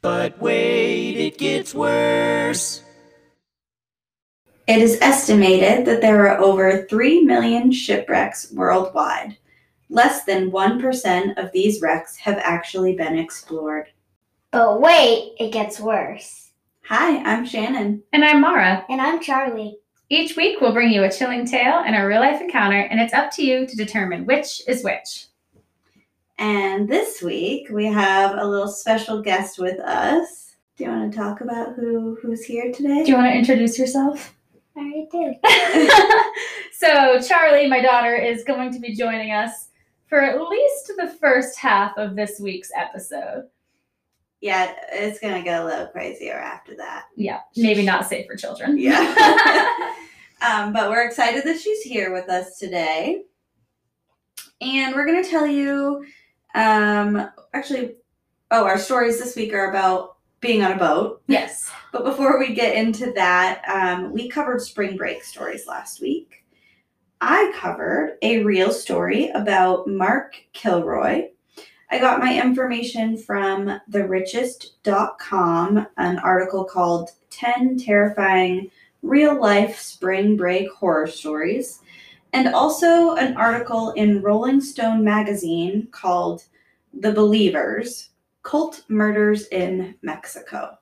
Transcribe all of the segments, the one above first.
But wait, it gets worse. It is estimated that there are over 3 million shipwrecks worldwide. Less than 1% of these wrecks have actually been explored. But wait, it gets worse. Hi, I'm Shannon. And I'm Mara. And I'm Charlie. Each week, we'll bring you a chilling tale and a real life encounter, and it's up to you to determine which is which. And this week we have a little special guest with us. Do you want to talk about who who's here today? Do you want to introduce yourself? I already did. so, Charlie, my daughter, is going to be joining us for at least the first half of this week's episode. yeah, it's going to get a little crazier after that. Yeah, maybe not safe for children. Yeah. um, but we're excited that she's here with us today. And we're going to tell you um, actually, oh, our stories this week are about being on a boat. yes. But before we get into that, um, we covered spring break stories last week. I covered a real story about Mark Kilroy. I got my information from therichest.com, an article called 10 Terrifying Real Life Spring Break Horror Stories, and also an article in Rolling Stone magazine called The Believers Cult Murders in Mexico.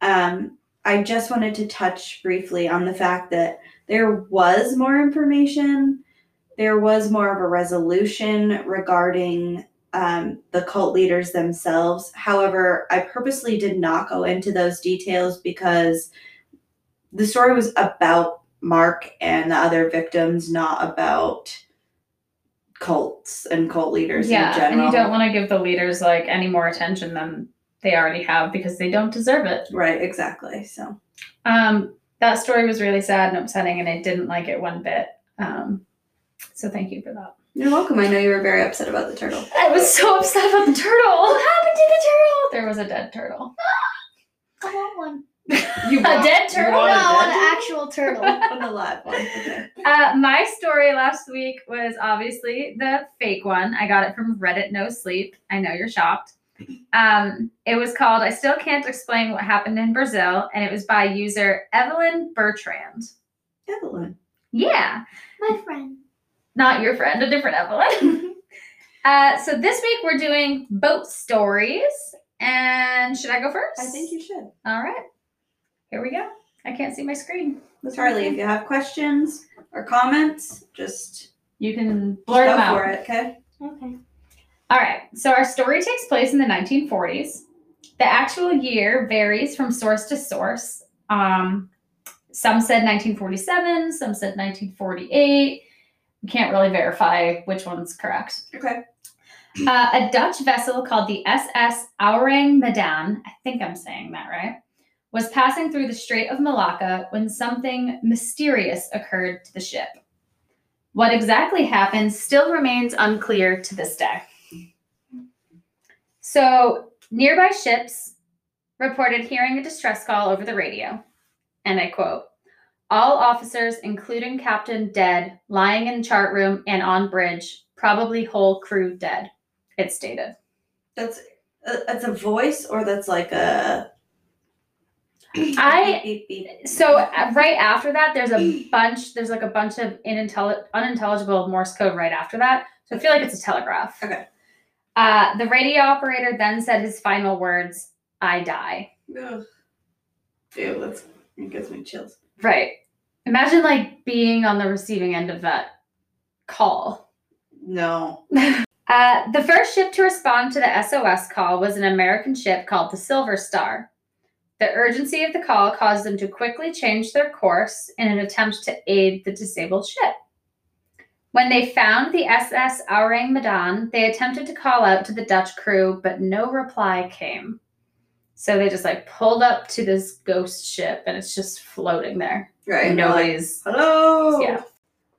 Um, I just wanted to touch briefly on the fact that there was more information. There was more of a resolution regarding um, the cult leaders themselves. However, I purposely did not go into those details because the story was about Mark and the other victims, not about cults and cult leaders in Yeah, and general. you don't want to give the leaders like any more attention than they already have because they don't deserve it. right, exactly. So, Um, that story was really sad and upsetting, and I didn't like it one bit. Um, so thank you for that. you're welcome. I know you were very upset about the turtle. I was so upset about the turtle. What happened to the turtle? There was a dead turtle. I want one. You A dead turtle? No, want a I want dead an actual turtle. on the live one. Okay. Uh, my story last week was obviously the fake one. I got it from Reddit No Sleep. I know you're shocked. Um, it was called I Still Can't Explain What Happened in Brazil, and it was by user Evelyn Bertrand. Evelyn. Yeah, My friend. not your friend, a different Evelyn. uh, so this week we're doing boat stories. And should I go first? I think you should. All right. Here we go. I can't see my screen. That's Charlie, if okay. you have questions or comments, just you can blurt go them out. for it, okay? Okay. All right. So our story takes place in the 1940s. The actual year varies from source to source. Um, some said 1947, some said 1948. We can't really verify which one's correct. Okay. Uh, a Dutch vessel called the SS Aurang Medan, I think I'm saying that right, was passing through the Strait of Malacca when something mysterious occurred to the ship. What exactly happened still remains unclear to this day. So, nearby ships reported hearing a distress call over the radio, and I quote, all officers, including captain dead, lying in chart room and on bridge, probably whole crew dead. It stated. That's uh, that's a voice or that's like a I- beep, beep, beep. So uh, right after that, there's a bunch. There's like a bunch of inintelli- unintelligible Morse code right after that. So I feel like it's a telegraph. Okay. Uh, the radio operator then said his final words: "I die." Ugh. Ew, that's it gives me chills. Right. Imagine like being on the receiving end of that call. No. Uh, the first ship to respond to the SOS call was an American ship called the Silver Star. The urgency of the call caused them to quickly change their course in an attempt to aid the disabled ship. When they found the SS Aurang Medan, they attempted to call out to the Dutch crew, but no reply came. So they just like pulled up to this ghost ship and it's just floating there. Right. like, Nobody's Hello. yeah.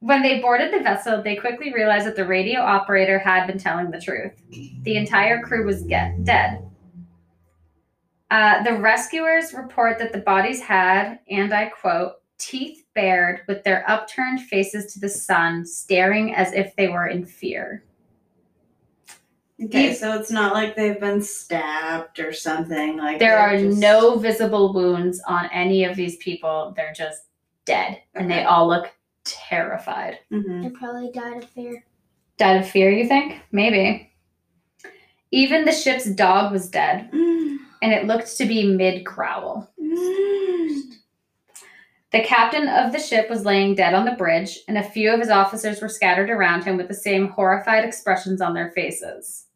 When they boarded the vessel, they quickly realized that the radio operator had been telling the truth. The entire crew was get- dead. Uh, the rescuers report that the bodies had, and I quote, teeth bared with their upturned faces to the sun, staring as if they were in fear. Okay, so it's not like they've been stabbed or something. Like There they're are just- no visible wounds on any of these people. They're just dead, and they Okay. all look terrified. Mhm. They probably died of fear. Died of fear, you think? Maybe. Even the ship's dog was dead, Mm. and it looked to be mid growl. Mm. The captain of the ship was laying dead on the bridge, and a few of his officers were scattered around him with the same horrified expressions on their faces.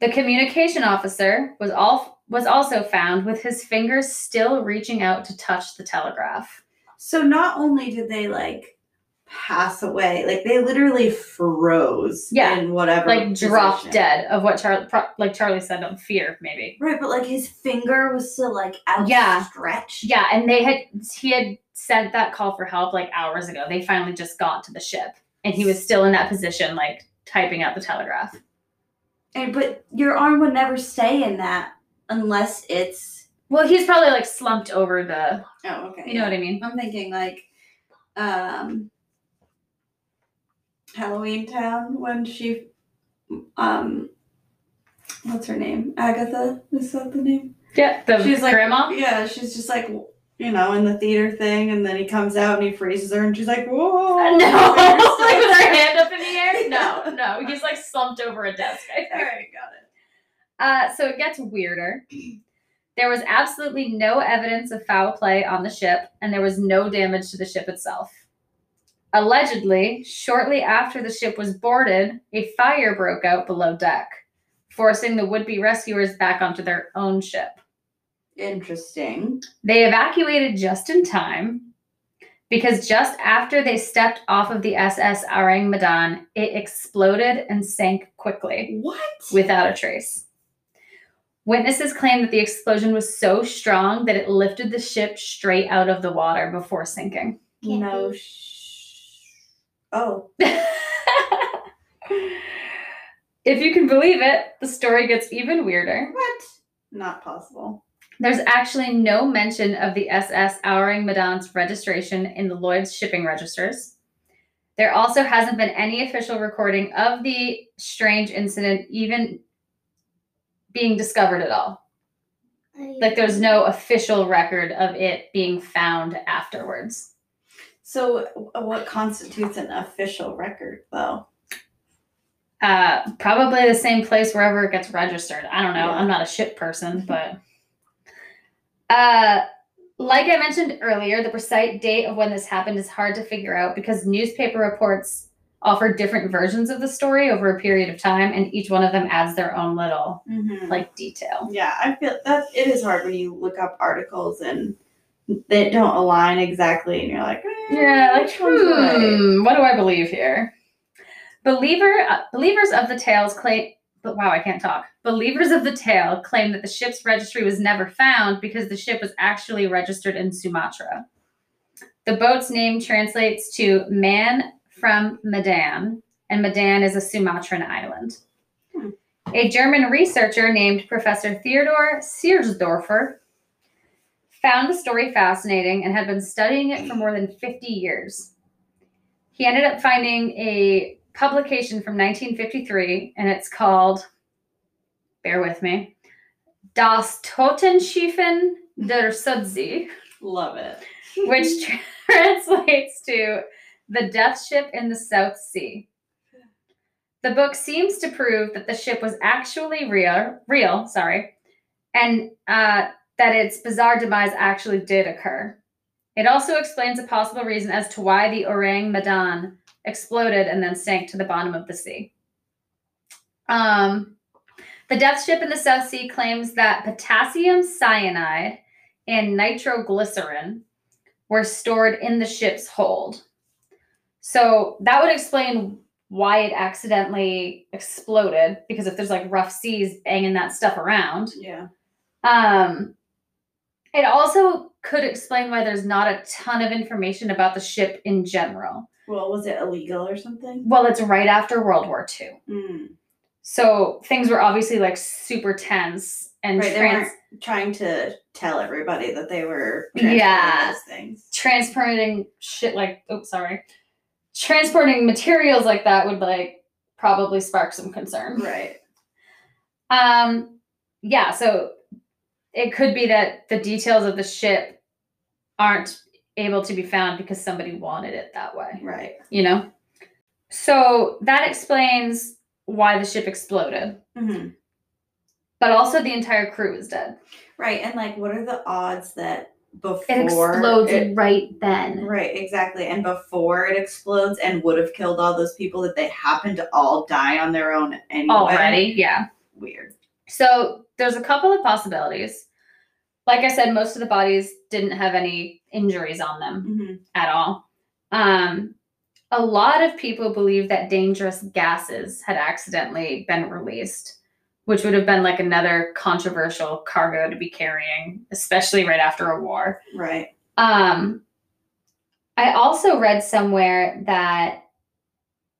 The communication officer was all was also found with his fingers still reaching out to touch the telegraph. So not only did they like pass away, like they literally froze Yeah, in whatever like drop position. dead of what Charlie, pro- like Charlie said, of fear maybe. Right, but like his finger was still like Yeah. outstretched. Yeah, and they had he had sent that call for help like hours ago. They finally just got to the ship, and he was still in that position, like typing out the telegraph. And but your arm would never stay in that unless it's Well, he's probably like slumped over the, oh okay. you know what I mean? I'm thinking like um Halloween Town when she um what's her name? Agatha, is that the name? Yeah, the She's like- grandma. Yeah, she's just like, you know, in the theater thing, and then he comes out and he freezes her, and she's like, whoa. Uh, no, You're so like with her cute." hand up in the air. No, no, he's like slumped over a desk. I think. All right, got it. Uh, so it gets weirder. There was absolutely no evidence of foul play on the ship, and there was no damage to the ship itself. Allegedly, shortly after the ship was boarded, a fire broke out below deck, forcing the would be rescuers back onto their own ship. Interesting. They evacuated just in time because just after they stepped off of the SS Arang Madan, it exploded and sank quickly What? without a trace. Witnesses claim that the explosion was so strong that it lifted the ship straight out of the water before sinking. Can't no. be. Sh- oh. if you can believe it, the story gets even weirder. What? Not possible. There's actually no mention of the SS Ouring Madan's registration in the Lloyd's shipping registers. There also hasn't been any official recording of the strange incident even being discovered at all. like there's no official record of it being found afterwards. So, w- what constitutes an official record, though? Uh, probably the same place wherever it gets registered. I don't know. Yeah. I'm not a ship person, but uh, like I mentioned earlier, the precise date of when this happened is hard to figure out because newspaper reports offer different versions of the story over a period of time, and each one of them adds their own little Mm-hmm. like detail. Yeah, I feel that it is hard when you look up articles and they don't align exactly, and you're like, eh, Yeah, like which one's right? hmm, what do I believe here? Believer uh, believers of the tales claim but wow, I can't talk. Believers of the tale claim that the ship's registry was never found because the ship was actually registered in Sumatra. The boat's name translates to man from Medan, and Medan is a Sumatran island. Hmm. A German researcher named Professor Theodor Seersdorfer found the story fascinating and had been studying it for more than 50 years. He ended up finding a publication from 1953, and it's called, bear with me, Das Totenschiffen der Sudsee, Love it. which translates to The Death Ship in the South Sea. The book seems to prove that the ship was actually real, real, sorry, and uh, that its bizarre demise actually did occur. It also explains a possible reason as to why the Orang Madan exploded and then sank to the bottom of the sea. Um, the death ship in the South Sea claims that potassium cyanide and nitroglycerin were stored in the ship's hold. So that would explain why it accidentally exploded because if there's like rough seas banging that stuff around, Yeah. um, it also could explain why there's not a ton of information about the ship in general. Well, was it illegal or something? Well, it's right after World War II. Mm. So things were obviously like super tense and Right, they trans- Trying to tell everybody that they were Yeah. yeah those things. transporting shit like, oops, sorry. Transporting materials like that would like probably spark some concern. Right. Um, yeah, so it could be that the details of the ship aren't able to be found because somebody wanted it that way, Right. you know? So that explains why the ship exploded, hmm but also the entire crew is dead. Right. And like, what are the odds that before It explodes it- right then. Right, exactly. And before it explodes and would have killed all those people that they happen to all die on their own anyway. Already, yeah. Weird. So there's a couple of possibilities. Like I said, most of the bodies didn't have any injuries on them hmm at all. Um, a lot of people believe that dangerous gases had accidentally been released, which would have been like another controversial cargo to be carrying, especially right after a war. Right. Um, I also read somewhere that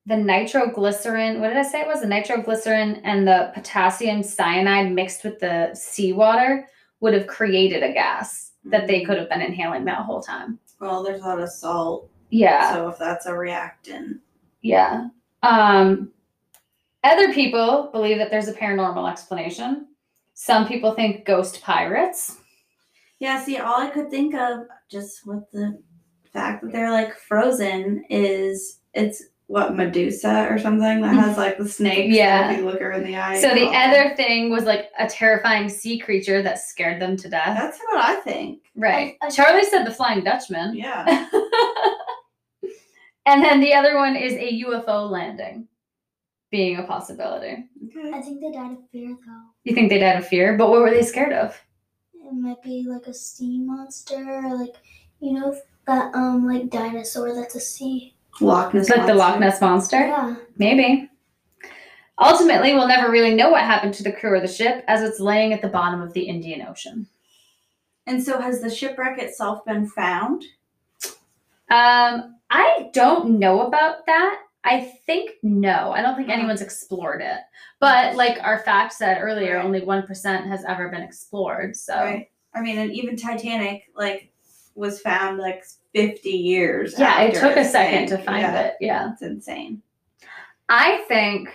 the nitroglycerin, what did I say it was? The nitroglycerin and the potassium cyanide mixed with the seawater would have created a gas that they could have been inhaling that whole time. Well, there's a lot of salt. Yeah. So if that's a reactant. Yeah. Um, other people believe that there's a paranormal explanation. Some people think ghost pirates. Yeah, see, all I could think of just with the fact that they're like frozen is it's what Medusa or something that has like the snake. Yeah. If you look her in the eye. So and the all that. other thing was like a terrifying sea creature that scared them to death. That's what I think. Right. As- as- Charlie said the Flying Dutchman. Yeah. And then the other one is a UFO landing being a possibility. Okay. I think they died of fear though. You think they'd had a fear, but what were they scared of? It might be like a sea monster, or like you know that um like dinosaur that's a sea. Loch Ness. Like the Loch Monster. Ness Monster? Yeah. Maybe. Ultimately, we'll never really know what happened to the crew or the ship as it's laying at the bottom of the Indian Ocean. And so has the shipwreck itself been found? Um, I don't know about that. I think no. I don't think Mhm. anyone's explored it. But like our fact said earlier, Right. only 1% has ever been explored. So Right. I mean, and even Titanic, like, was found like 50 years. Yeah, it after took a its second thing. to find Yeah, it. Yeah. It's insane. I think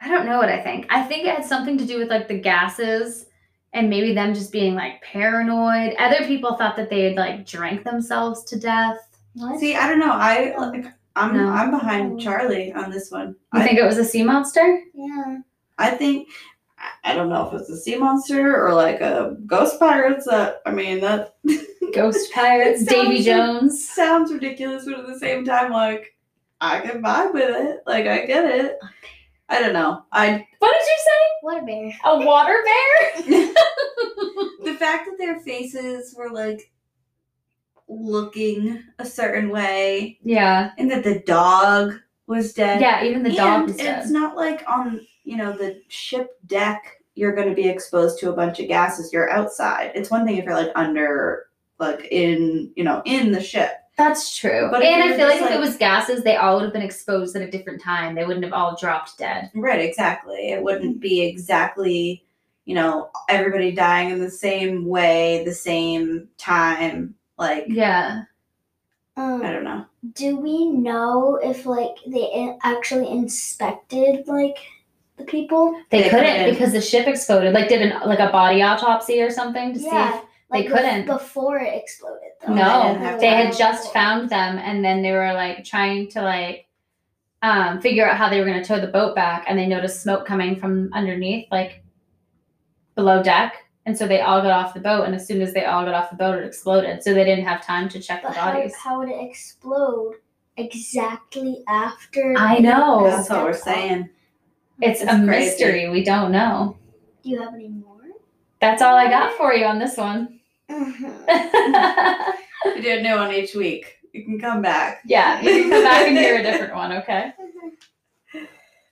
I don't know what I think. I think it had something to do with like the gases and maybe them just being like paranoid. Other people thought that they had like drank themselves to death. What? See, I don't know. I like, I'm No. I'm behind Charlie on this one. You I think it was a sea monster? Yeah. I think I- I don't know if it's a sea monster or like a ghost pirates. That I mean, that Ghost pirates, It Davy sounds- Jones. sounds ridiculous, but at the same time, like I can vibe with it. Like I get it. I don't know. I What did you say? What a bear. A water bear? the fact that their faces were like looking a certain way Yeah. and that the dog was dead. Yeah, even the dog And was It's dead. not like on you know the ship deck you're going to be exposed to a bunch of gases. You're outside. It's one thing if you're like under, like in you know in the ship. That's true. But if and it I was feel like just, if it like- was gases, they all would have been exposed at a different time. They wouldn't have all dropped dead. Right, exactly. It wouldn't be exactly you know everybody dying in the same way, the same time. Like Yeah. Um, I don't know. Do we know if like they in- actually inspected like the people? They, They couldn't, couldn't. because the ship exploded. Like did an like a body autopsy or something to see they bef- couldn't. before it exploded. if Though. they No. didn't have They one had just found them and then they were like trying to like um figure out how they were gonna tow the boat back and they noticed smoke coming from underneath, like below deck. And so they all got off the boat and as soon as they all got off the boat it exploded. So they didn't have time to check But the how, bodies. how would it explode exactly after? I know. it That's what we're stepped on? saying. it's That's crazy. a mystery. We don't know. Do you have any more? That's all I got for you on this one. We do a new one each week. You can come back. yeah, you can come back and hear a different one, okay?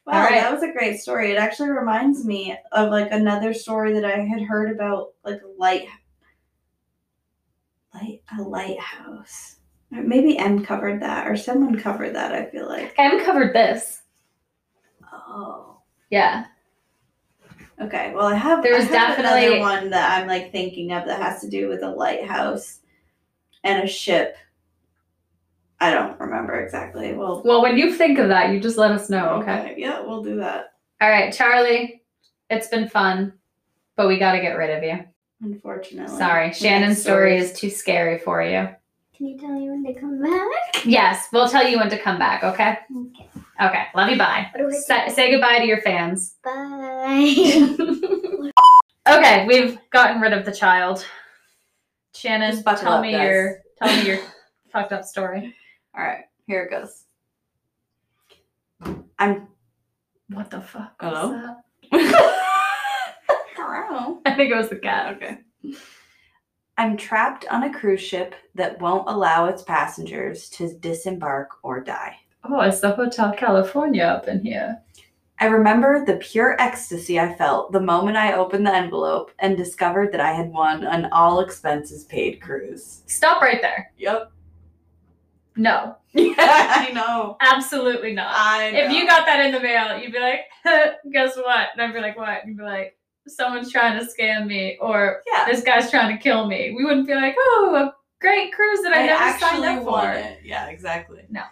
Wow, All right. that was a great story. It actually reminds me of like another story that I had heard about like a light light a lighthouse. Or Maybe M covered that or someone covered that, I feel like. Em covered this. Oh. Yeah. Okay. Well I have There I was have definitely- another one that I'm like thinking of that has to do with a lighthouse and a ship. I don't remember exactly. Well Well, when you think of that, you just let us know, Oh, okay? Yeah, we'll do that. All right, Charlie, it's been fun, but we got to get rid of you. Unfortunately. Sorry, Next Shannon's story story. is too scary for you. Can you tell me when to come back? Yes, we'll tell you when to come back, okay? Okay. Okay, love you, bye. What do I do? Say, say goodbye to your fans. Bye. Okay, we've gotten rid of the child. Shannon, Just buckle tell up, me guys. your tell me your fucked up story. All right, here it goes. I'm. What the fuck? was Hello? that? Hello. I think it was the cat. Okay. I'm trapped on a cruise ship that won't allow its passengers to disembark or die. Oh, it's the Hotel California up in here. I remember the pure ecstasy I felt the moment I opened the envelope and discovered that I had won an all expenses paid cruise. Stop right there. Yep. No, Yeah, I know. absolutely not. I If you got that in the mail, you'd be like, guess what? And I'd be like, what? And you'd be like, someone's trying to scam me or yeah, this guy's trying to kill me. We wouldn't be like, oh, a great cruise that I, never signed up for. won it. Yeah, exactly. No.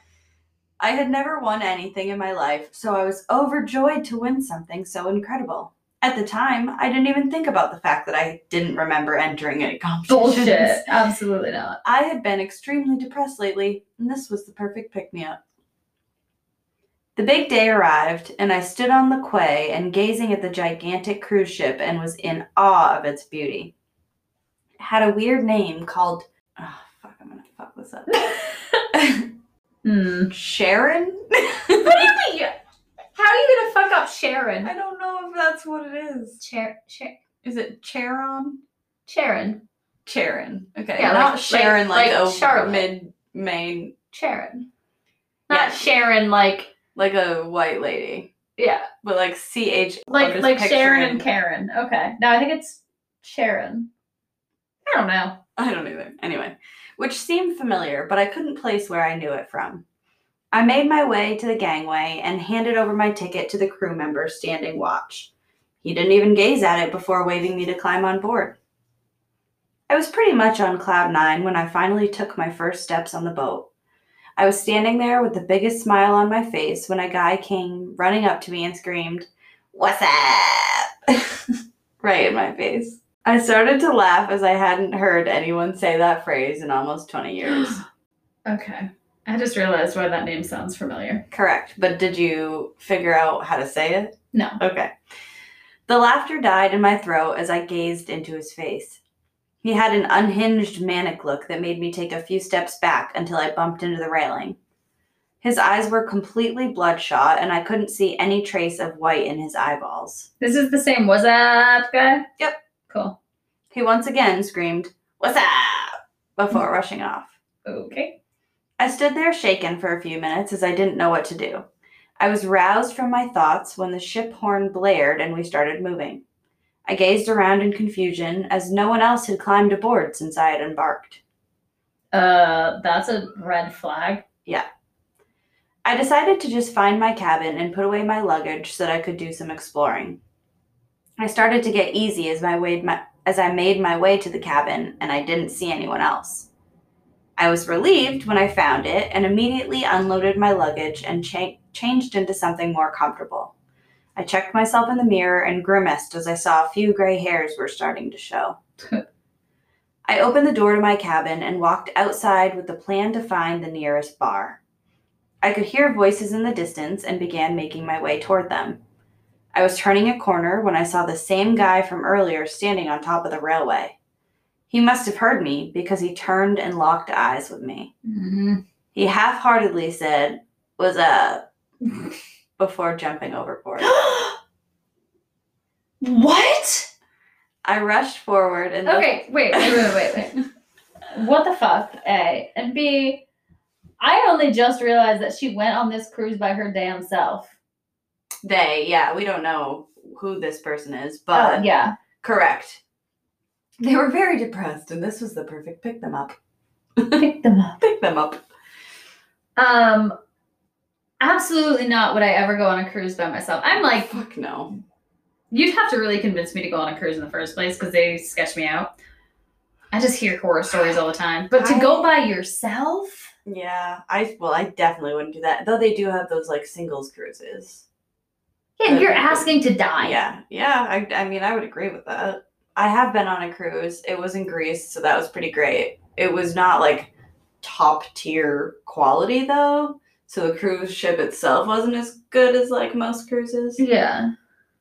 I had never won anything in my life, so I was overjoyed to win something so incredible. At the time, I didn't even think about the fact that I didn't remember entering any competitions. Bullshit. Absolutely not. I had been extremely depressed lately, and this was the perfect pick me up. The big day arrived, and I stood on the quay and gazing at the gigantic cruise ship and was in awe of its beauty. It had a weird name called. Oh, fuck, I'm gonna fuck this up. Hmm. Sharon? really? How are you going to fuck up Sharon? I don't know if that's what it is. Cher- Cher- Is it Charon? Sharon. Sharon. Okay, Yeah, not like- Sharon like- like, like over Charlotte. mid Maine, Sharon. Not Yeah. Sharon, like, like a white lady, yeah. but like C H. like like Sharon and Karen. Okay, no, I think it's Sharon. I don't know. I don't either. Anyway, which seemed familiar, but I couldn't place where I knew it from. I made my way to the gangway and handed over my ticket to the crew member standing watch. He didn't even gaze at it before waving me to climb on board. I was pretty much on cloud nine when I finally took my first steps on the boat. I was standing there with the biggest smile on my face when a guy came running up to me and screamed, What's up? right in my face. I started to laugh as I hadn't heard anyone say that phrase in almost 20 years. Okay, I just realized why that name sounds familiar. Correct. But did you figure out how to say it? No, Okay. The laughter died in my throat as I gazed into his face. He had an unhinged, manic look that made me take a few steps back until I bumped into the railing. His eyes were completely bloodshot, and I couldn't see any trace of white in his eyeballs. this is the same "What's Up" guy. Yep. Cool. He once again screamed, What's up? before rushing off. Okay. I stood there shaken for a few minutes as I didn't know what to do. I was roused from my thoughts when the ship horn blared and we started moving. I gazed around in confusion as no one else had climbed aboard since I had embarked. Uh, that's a red flag. I decided to just find my cabin and put away my luggage so that I could do some exploring. I started to get easy as, my way, my, as I made my way to the cabin and I didn't see anyone else. I was relieved when I found it and immediately unloaded my luggage and cha- changed into something more comfortable. I checked myself in the mirror and grimaced as I saw a few gray hairs were starting to show. I opened the door to my cabin and walked outside with the plan to find the nearest bar. I could hear voices in the distance and began making my way toward them. I was turning a corner when I saw the same guy from earlier standing on top of the railway. He must have heard me because he turned and locked eyes with me. He half heartedly said, Was up, before jumping overboard. what? I rushed forward and looked- Okay, wait, wait, wait, wait, wait. what the fuck? A and B. I only just realized that she went on this cruise by her damn self. they, yeah, we don't know who this person is, Oh, but yeah. correct. They were very depressed, and this was the perfect pick them up. Pick them up. Pick them up. Um, absolutely not would I ever go on a cruise by myself. I'm like, fuck no. you'd have to really convince me to go on a cruise in the first place because they sketch me out. I just hear horror stories all the time. But to I- go by yourself, Yeah, I well, I definitely wouldn't do that. Though they do have those like singles cruises. Yeah, you're asking to die. Yeah, yeah. I, I mean, I would agree with that. I have been on a cruise. It was in Greece, so that was pretty great. It was not like top tier quality though, so the cruise ship itself wasn't as good as like most cruises. Yeah.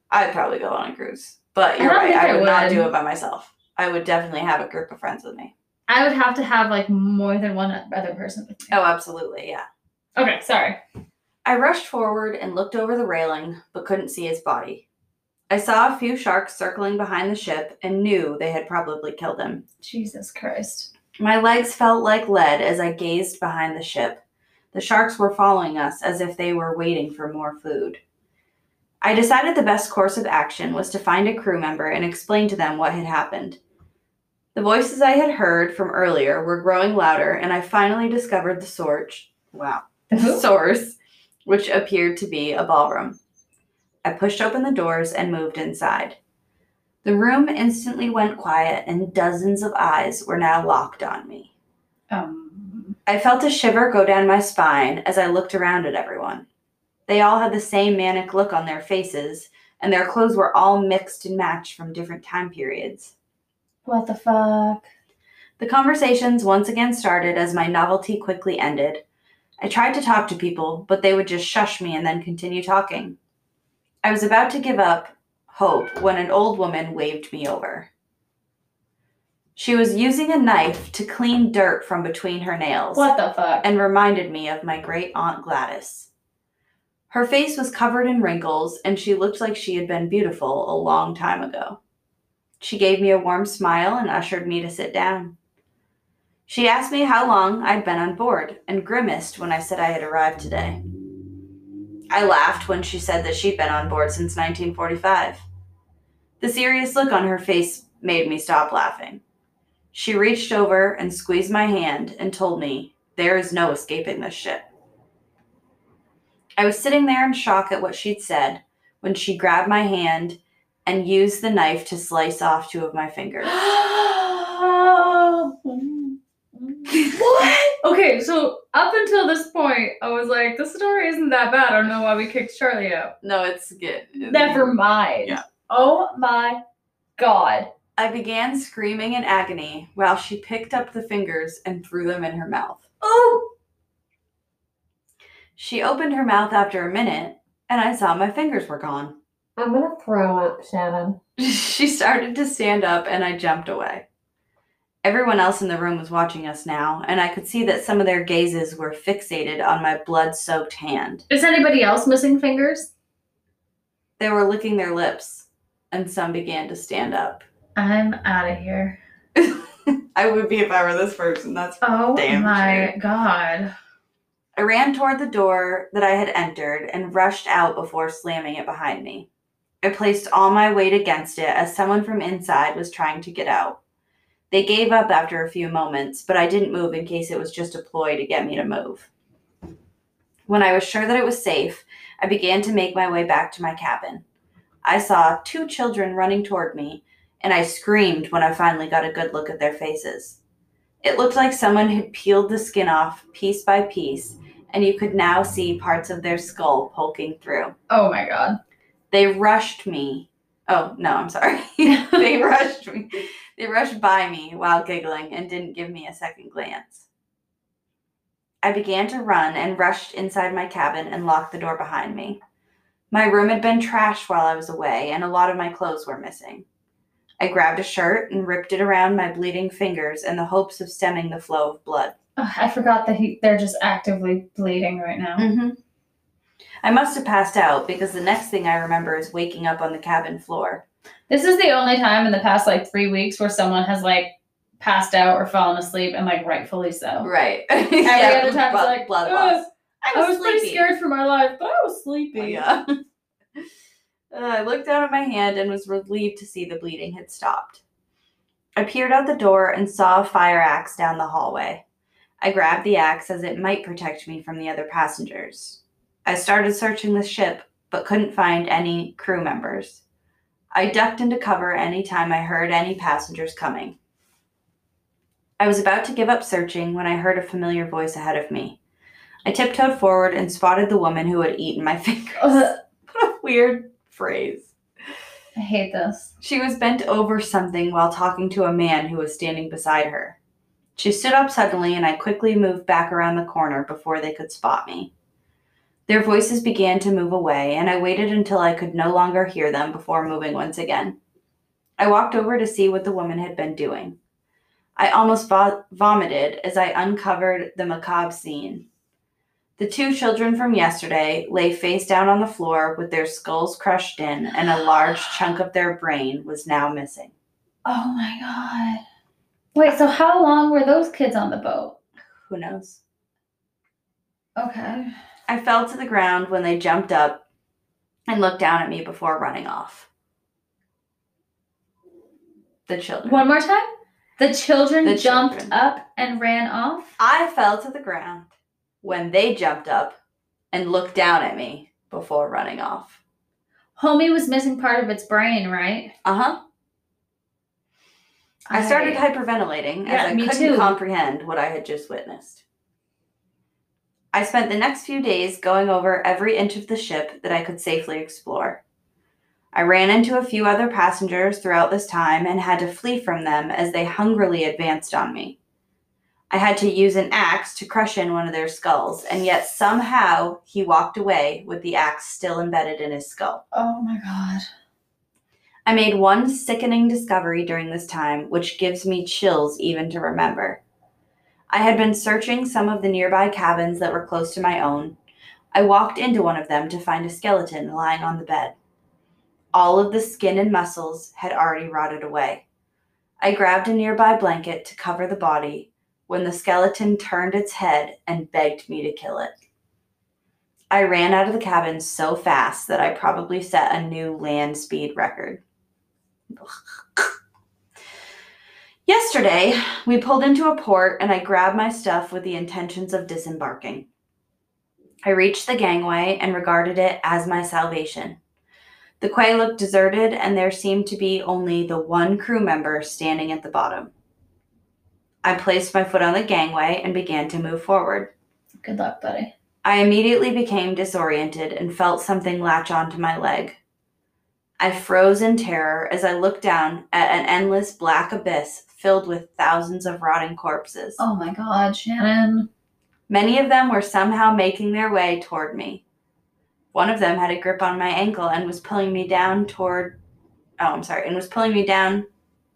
I'd probably go on a cruise, but Mm-hmm. I you're don't right. think I I would, not would. do it by myself. I would definitely have a group of friends with me. I would have to have like more than one other person with me. Oh, absolutely, yeah. Okay, sorry. I rushed forward and looked over the railing, but couldn't see his body. I saw a few sharks circling behind the ship and knew they had probably killed him. Jesus Christ. My legs felt like lead as I gazed behind the ship. The sharks were following us as if they were waiting for more food. I decided the best course of action was to find a crew member and explain to them what had happened. The voices I had heard from earlier were growing louder, and I finally discovered the source. Wow. The source, which appeared to be a ballroom. I pushed open the doors and moved inside. The room instantly went quiet, and dozens of eyes were now locked on me. Um, I felt a shiver go down my spine as I looked around at everyone. They all had the same manic look on their faces, and their clothes were all mixed and matched from different time periods. what the fuck? The conversations once again started as my novelty quickly ended. I tried to talk to people, but they would just shush me and then continue talking. I was about to give up hope when an old woman waved me over. She was using a knife to clean dirt from between her nails. What the fuck? and reminded me of my great aunt Gladys. Her face was covered in wrinkles, and she looked like she had been beautiful a long time ago. She gave me a warm smile and ushered me to sit down. She asked me how long I'd been on board and grimaced when I said I had arrived today. I laughed when she said that she'd been on board since 1945. The serious look on her face made me stop laughing. She reached over and squeezed my hand and told me, There is no escaping this ship. I was sitting there in shock at what she'd said when she grabbed my hand and used the knife to slice off two of my fingers. Oh. what? Okay, so up until this point, I was like, the story isn't that bad. I don't know why we kicked Charlie out. No, it's good. Never mind. Yeah. Oh my god. I began screaming in agony while she picked up the fingers and threw them in her mouth. Oh, She opened her mouth after a minute, and I saw my fingers were gone. I'm gonna throw up, Shannon. She started to stand up and I jumped away. Everyone else in the room was watching us now, and I could see that some of their gazes were fixated on my blood soaked hand. Is anybody else missing fingers? They were licking their lips, and some began to stand up. I'm out of here. I would be if I were this person, that's Oh Damn my straight. god. I ran toward the door that I had entered and rushed out before slamming it behind me. I placed all my weight against it as someone from inside was trying to get out. They gave up after a few moments, but I didn't move in case it was just a ploy to get me to move. When I was sure that it was safe, I began to make my way back to my cabin. I saw two children running toward me, and I screamed when I finally got a good look at their faces. It looked like someone had peeled the skin off piece by piece and you could now see parts of their skull poking through. Oh my god. They rushed me. Oh, no, I'm sorry. they rushed me. They rushed by me while giggling and didn't give me a second glance. I began to run and rushed inside my cabin and locked the door behind me. My room had been trashed while I was away, and a lot of my clothes were missing. I grabbed a shirt and ripped it around my bleeding fingers in the hopes of stemming the flow of blood. Ugh, I forgot that he, they're just actively bleeding right now. hmm I must have passed out because the next thing I remember is waking up on the cabin floor. This is the only time in the past like three weeks where someone has like passed out or fallen asleep and like rightfully so. Right. Every other time it's like, blood "Ugh, loss. I was pretty scared for my life, but I was sleepy. Oh, Yeah. Uh, I looked down at my hand and was relieved to see the bleeding had stopped. I peered out the door and saw a fire axe down the hallway. I grabbed the axe as it might protect me from the other passengers. I started searching the ship, but couldn't find any crew members. I ducked into cover any time I heard any passengers coming. I was about to give up searching when I heard a familiar voice ahead of me. I tiptoed forward and spotted the woman who had eaten my fingers. Ugh. What a weird phrase. I hate this. She was bent over something while talking to a man who was standing beside her. She stood up suddenly, and I quickly moved back around the corner before they could spot me. Their voices began to move away, and I waited until I could no longer hear them before moving once again. I walked over to see what the woman had been doing. I almost vo- vomited as I uncovered the macabre scene. The two children from yesterday lay face down on the floor with their skulls crushed in, and a large chunk of their brain was now missing. Oh my god. Wait, so how long were those kids on the boat? Who knows? Okay. I fell to the ground when they jumped up and looked down at me before running off. The children. One more time. The children The jumped children. up and ran off. I fell to the ground when they jumped up and looked down at me before running off. Homie was missing part of its brain, right? Uh huh. I started hyperventilating Yeah, as I me couldn't too. comprehend what I had just witnessed. I spent the next few days going over every inch of the ship that I could safely explore. I ran into a few other passengers throughout this time and had to flee from them as they hungrily advanced on me. I had to use an axe to crush in one of their skulls, and yet somehow he walked away with the axe still embedded in his skull. Oh my god. I made one sickening discovery during this time, which gives me chills even to remember. I had been searching some of the nearby cabins that were close to my own. I walked into one of them to find a skeleton lying on the bed. All of the skin and muscles had already rotted away. I grabbed a nearby blanket to cover the body when the skeleton turned its head and begged me to kill it. I ran out of the cabin so fast that I probably set a new land speed record. Yesterday, we pulled into a port and I grabbed my stuff with the intentions of disembarking. I reached the gangway and regarded it as my salvation. The quay looked deserted and there seemed to be only the one crew member standing at the bottom. I placed my foot on the gangway and began to move forward. Good luck, buddy. I immediately became disoriented and felt something latch onto my leg. I froze in terror as I looked down at an endless black abyss filled with thousands of rotting corpses. Oh my god, Shannon. Many of them were somehow making their way toward me. One of them had a grip on my ankle and was pulling me down toward oh, I'm sorry, and was pulling me down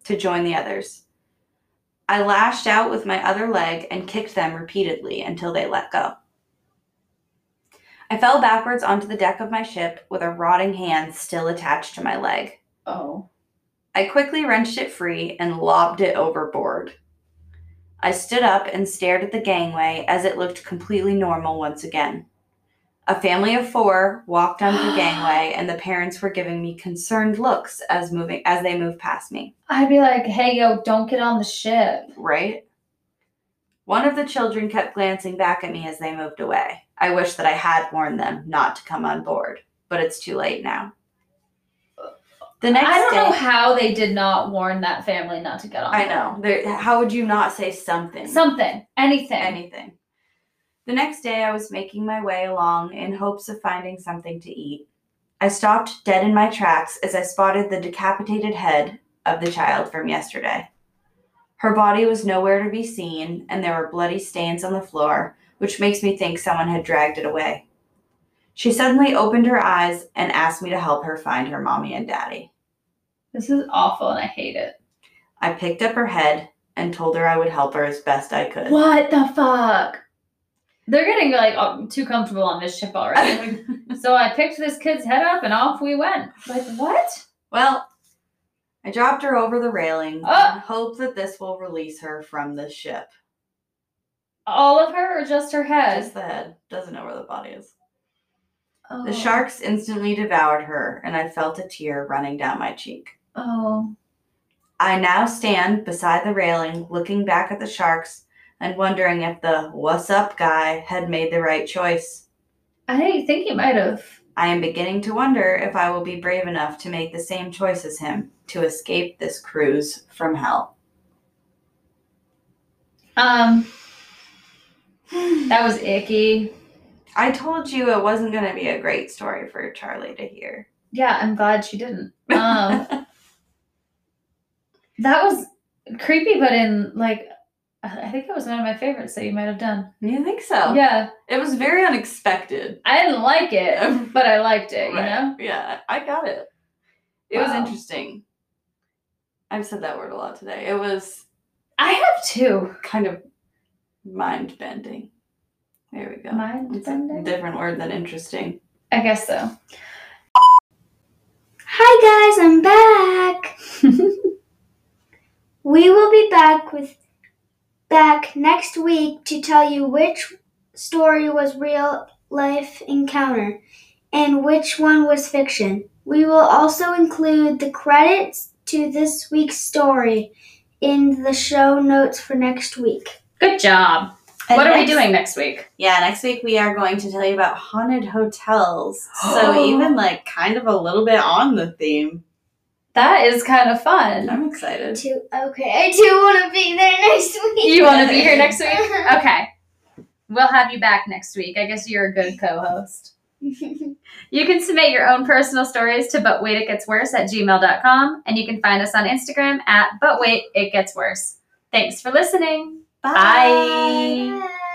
to join the others. I lashed out with my other leg and kicked them repeatedly until they let go. I fell backwards onto the deck of my ship with a rotting hand still attached to my leg. Oh. I quickly wrenched it free and lobbed it overboard. I stood up and stared at the gangway as it looked completely normal once again. A family of four walked onto the gangway, and the parents were giving me concerned looks as moving as they moved past me. I'd be like, hey yo, don't get on the ship. Right? One of the children kept glancing back at me as they moved away. I wish that I had warned them not to come on board, but it's too late now. The next I don't day, know how they did not warn that family not to get on. I board. know. There, how would you not say something? Something. Anything. anything. The next day, I was making my way along in hopes of finding something to eat. I stopped dead in my tracks as I spotted the decapitated head of the child from yesterday. Her body was nowhere to be seen, and there were bloody stains on the floor, which makes me think someone had dragged it away. She suddenly opened her eyes and asked me to help her find her mommy and daddy. This is awful and I hate it. I picked up her head and told her I would help her as best I could. What the fuck? They're getting like oh, too comfortable on this ship already. so I picked this kid's head up and off we went. Like what? Well, I dropped her over the railing Ah! and hope that this will release her from the ship. All of her or just her head? Just the head. Doesn't know where the body is. oh. The sharks instantly devoured her, and I felt a tear running down my cheek. Oh. I now stand beside the railing, looking back at the sharks and wondering if the what's up guy had made the right choice. I think he might have. I am beginning to wonder if I will be brave enough to make the same choice as him to escape this cruise from hell. Um, that was icky. I told you it wasn't going to be a great story for Charlie to hear. Yeah, I'm glad she didn't. Um, that was creepy, but in like, I I think it was one of my favorites that you might have done. You think so? Yeah, It was very unexpected. I didn't like it, but I liked it. You Right. know, Yeah, I got it. It was Wow. interesting. I've said that word a lot today. It was I have two. kind of mind bending. There we go. It's a Mind-bending? different word than interesting. I guess so. Hi guys, I'm back. we will be back with back next week to tell you which story was real life encounter and which one was fiction. We will also include the credits to this week's story in the show notes for next week. Good job. And what are next- we doing next week? Yeah, next week we are going to tell you about haunted hotels. So even like kind of a little bit on the theme. That is kind of fun. I'm excited. Too, okay, I do want to be there next week. You want to be here next week? Okay. We'll have you back next week. I guess you're a good co host. You can submit your own personal stories to but wait it gets worse at gmail.com and you can find us on Instagram at but wait it gets worse. Thanks for listening. Bye. Bye.